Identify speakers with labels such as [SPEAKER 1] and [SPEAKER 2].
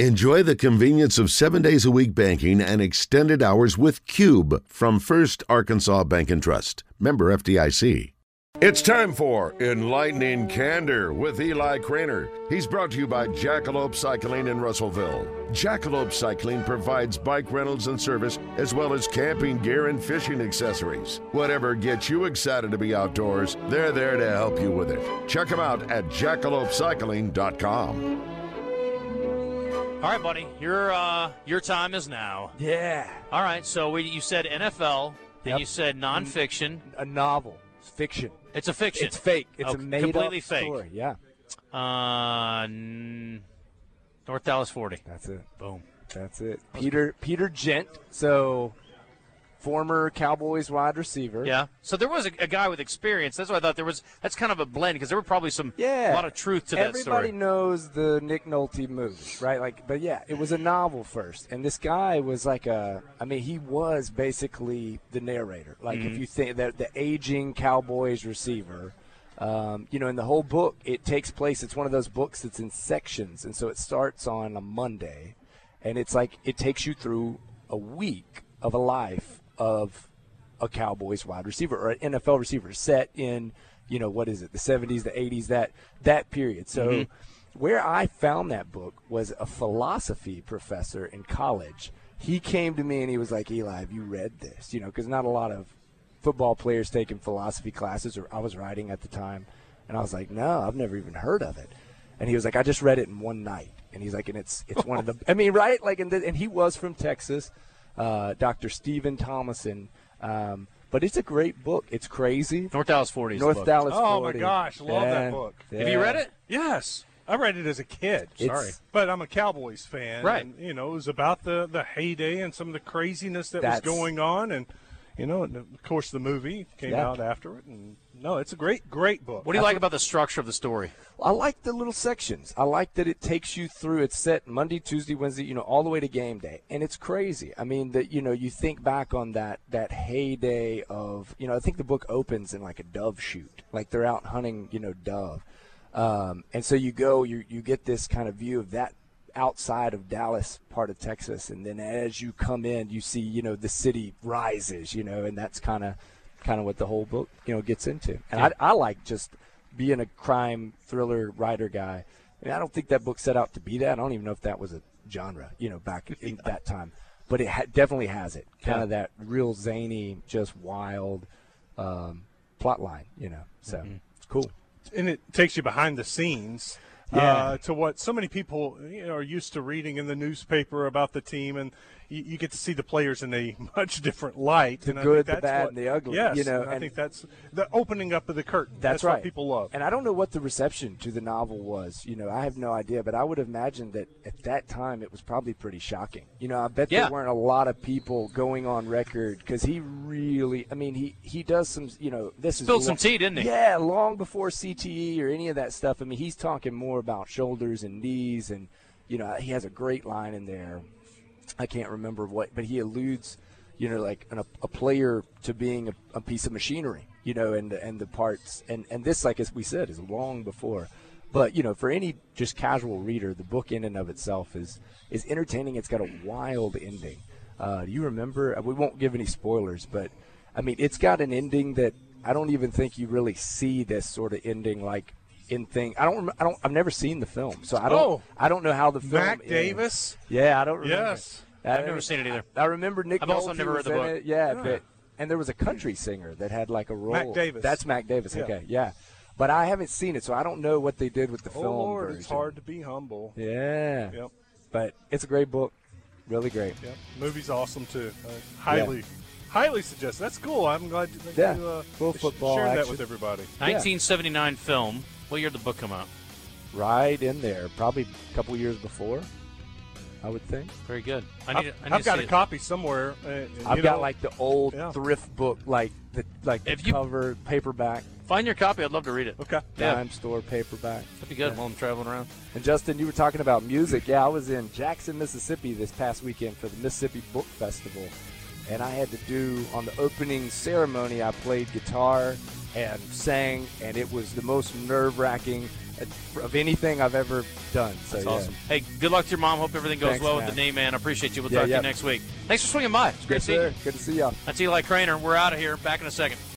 [SPEAKER 1] Enjoy the convenience of seven days a week banking and extended hours with Cube from First Arkansas Bank and Trust. Member FDIC. It's time for Enlightening Candor with Eli Craner. He's brought to you by Jackalope Cycling in Russellville. Jackalope Cycling provides bike rentals and service as well as camping gear and fishing accessories. Whatever gets you excited to be outdoors, they're there to help you with it. Check them out at jackalopecycling.com.
[SPEAKER 2] All right, buddy. Your uh, your time is now.
[SPEAKER 3] Yeah,
[SPEAKER 2] All right. So we, you said NFL, then
[SPEAKER 3] Yep.
[SPEAKER 2] you said nonfiction.
[SPEAKER 3] a novel. It's fiction.
[SPEAKER 2] It's a fiction.
[SPEAKER 3] It's fake. It's
[SPEAKER 2] Okay,
[SPEAKER 3] a made
[SPEAKER 2] completely
[SPEAKER 3] up
[SPEAKER 2] fake.
[SPEAKER 3] story. Yeah,
[SPEAKER 2] Uh, n- North Dallas 40.
[SPEAKER 3] that's it.
[SPEAKER 2] Boom.
[SPEAKER 3] That's it. Peter Peter Gent. So, former Cowboys wide receiver.
[SPEAKER 2] Yeah. So there was a, a guy with experience. That's why I thought there was. That's kind of a blend because there were probably some
[SPEAKER 3] Yeah.
[SPEAKER 2] a lot of truth to that
[SPEAKER 3] Everybody
[SPEAKER 2] story.
[SPEAKER 3] knows the Nick Nolte movie, right? Like, but yeah, it was a novel first, and this guy was like a. I mean, he was basically the narrator. Like,
[SPEAKER 2] Mm-hmm.
[SPEAKER 3] if you think that the aging Cowboys receiver, um, you know, in the whole book, it takes place. It's one of those books that's in sections, and so it starts on a Monday, and it's like it takes you through a week of a life of a Cowboys wide receiver or an NFL receiver set in, you know, what is it, the 70s, the 80s, that that period. So where I found that book was a philosophy professor in college. He came to me and he was like, "Eli, have you read this?" You know, cuz not a lot of football players taking philosophy classes or I was writing at the time and I was like, "No, I've never even heard of it." And he was like, "I just read it in one night." And he's like, "And it's it's one of the I mean, right? Like and the, and he was from Texas, uh, Dr. Stephen Thomason. Um, but it's a great book. It's crazy.
[SPEAKER 2] North Dallas 40. Is the
[SPEAKER 3] North
[SPEAKER 2] book.
[SPEAKER 3] Dallas.
[SPEAKER 4] Oh, my
[SPEAKER 3] 40.
[SPEAKER 4] gosh, love that book.
[SPEAKER 2] Have you read it?
[SPEAKER 4] Yes. I read it as a kid.
[SPEAKER 3] It's-
[SPEAKER 4] Sorry. But I'm a Cowboys fan.
[SPEAKER 2] Right.
[SPEAKER 4] And, you know, it was about the, the heyday and some of the craziness that
[SPEAKER 3] That's-
[SPEAKER 4] was going on. And, you know, and of course, the movie came
[SPEAKER 3] Yeah.
[SPEAKER 4] out after it. And, no, it's a great, great book.
[SPEAKER 2] What do you like about the structure of the story?
[SPEAKER 3] I like the little sections. I like that it takes you through. It's set Monday, Tuesday, Wednesday, you know, all the way to game day, and it's crazy. I mean, that you know, you think back on that that heyday of, you know, I think the book opens in like a dove shoot, like they're out hunting, you know, dove, um, and so you go, you you get this kind of view of that outside of Dallas part of Texas, and then as you come in, you see, you know, the city rises, you know, and that's kind of kind of what the whole book, you know, gets into. And I, I like just being a crime thriller writer guy. And I don't think that book set out to be that. I don't even know if that was a genre, you know, back in that time. But it ha- definitely has it. Kind of that real zany, just wild um, plot line, you know. So it's cool.
[SPEAKER 4] and it takes you behind the scenes
[SPEAKER 3] Yeah.
[SPEAKER 4] uh, to what so many people you know, are used to reading in the newspaper about the team, and you, you get to see the players in a much different light.
[SPEAKER 3] The
[SPEAKER 4] and
[SPEAKER 3] good, the
[SPEAKER 4] I think that's
[SPEAKER 3] bad,
[SPEAKER 4] what-
[SPEAKER 3] and the ugly,
[SPEAKER 4] Yes,
[SPEAKER 3] you know,
[SPEAKER 4] and I
[SPEAKER 3] and-
[SPEAKER 4] think that's the opening up of the curtain.
[SPEAKER 3] That's,
[SPEAKER 4] what
[SPEAKER 3] right.
[SPEAKER 4] people love.
[SPEAKER 3] And I don't know what the reception to the novel was. You know, I have no idea, but I would imagine that at that time it was probably pretty shocking. You know, I bet
[SPEAKER 2] Yeah.
[SPEAKER 3] there weren't a lot of people going on record because he really. I mean, he he does some. You know, this
[SPEAKER 2] Spilled
[SPEAKER 3] is
[SPEAKER 2] some tea, didn't he?
[SPEAKER 3] Yeah, long before CTE or any of that stuff. I mean, he's talking more about shoulders and knees, and you know, he has a great line in there. I can't remember what, but he alludes, you know, like an, a player to being a, a piece of machinery, you know, and and the parts, and and this, like as we said, is long before. But you know, for any just casual reader, the book in and of itself is is entertaining. It's got a wild ending. Uh, do you remember? We won't give any spoilers, but I mean, it's got an ending that I don't even think you really see this sort of ending like in thing. I don't. rem- I don't. I've never seen the film, so I don't.
[SPEAKER 4] Oh.
[SPEAKER 3] I don't know how the film.
[SPEAKER 4] Mac
[SPEAKER 3] ends.
[SPEAKER 4] Davis?
[SPEAKER 3] Yeah, I don't remember.
[SPEAKER 4] Yes.
[SPEAKER 3] I
[SPEAKER 2] I've never seen it either.
[SPEAKER 3] I remember Nick.
[SPEAKER 2] I've also
[SPEAKER 3] Nolte
[SPEAKER 2] never read
[SPEAKER 3] was
[SPEAKER 2] the
[SPEAKER 3] in
[SPEAKER 2] book.
[SPEAKER 3] it. Yeah, but and there was a country singer that had like a role.
[SPEAKER 4] Davis.
[SPEAKER 3] That's Mac Davis.
[SPEAKER 4] Yeah.
[SPEAKER 3] Okay, yeah, but I haven't seen it, so I don't know what they did with the
[SPEAKER 4] oh
[SPEAKER 3] film
[SPEAKER 4] Lord,
[SPEAKER 3] version.
[SPEAKER 4] it's hard to be humble.
[SPEAKER 3] Yeah,
[SPEAKER 4] Yep.
[SPEAKER 3] but it's a great book, really great.
[SPEAKER 4] Yep. Movie's awesome too. I highly, highly suggest. That's cool. I'm glad you, that
[SPEAKER 3] Yeah.
[SPEAKER 4] you uh,
[SPEAKER 3] Full
[SPEAKER 4] sh-
[SPEAKER 3] football
[SPEAKER 4] shared that
[SPEAKER 3] action.
[SPEAKER 4] with everybody.
[SPEAKER 2] 1979 film. What year did the book come out?
[SPEAKER 3] Right in there, probably a couple years before, I would think.
[SPEAKER 2] Very good. I need.
[SPEAKER 4] I've,
[SPEAKER 2] I need
[SPEAKER 4] I've
[SPEAKER 2] to
[SPEAKER 4] got
[SPEAKER 2] see
[SPEAKER 4] a
[SPEAKER 2] it.
[SPEAKER 4] copy somewhere. uh, and,
[SPEAKER 3] I've
[SPEAKER 4] you
[SPEAKER 3] got
[SPEAKER 4] know,
[SPEAKER 3] like the old
[SPEAKER 4] Yeah.
[SPEAKER 3] thrift book, like the like the
[SPEAKER 2] If you-
[SPEAKER 3] cover paperback,
[SPEAKER 2] Find your copy. I'd love to read it.
[SPEAKER 4] okay.
[SPEAKER 2] Yeah.
[SPEAKER 3] dime store paperback.
[SPEAKER 2] That'd be good while I'm traveling around.
[SPEAKER 3] And Justin, you were talking about music. Yeah, I was in Jackson, Mississippi this past weekend for the Mississippi Book Festival. And I had to do, on the opening ceremony, I played guitar and sang, and it was the most nerve wracking. uh, of anything I've ever done. So,
[SPEAKER 2] That's
[SPEAKER 3] yeah.
[SPEAKER 2] awesome. Hey, good luck to your mom. Hope everything goes
[SPEAKER 3] Thanks,
[SPEAKER 2] well
[SPEAKER 3] man.
[SPEAKER 2] with the name, man. I appreciate you. We'll
[SPEAKER 3] Yeah,
[SPEAKER 2] talk to
[SPEAKER 3] yeah.
[SPEAKER 2] you next week. Thanks for swinging by. It's great
[SPEAKER 3] Yes,
[SPEAKER 2] seeing you.
[SPEAKER 3] sir. Good to see y'all.
[SPEAKER 2] That's Eli Craner. We're out of here. Back in a second.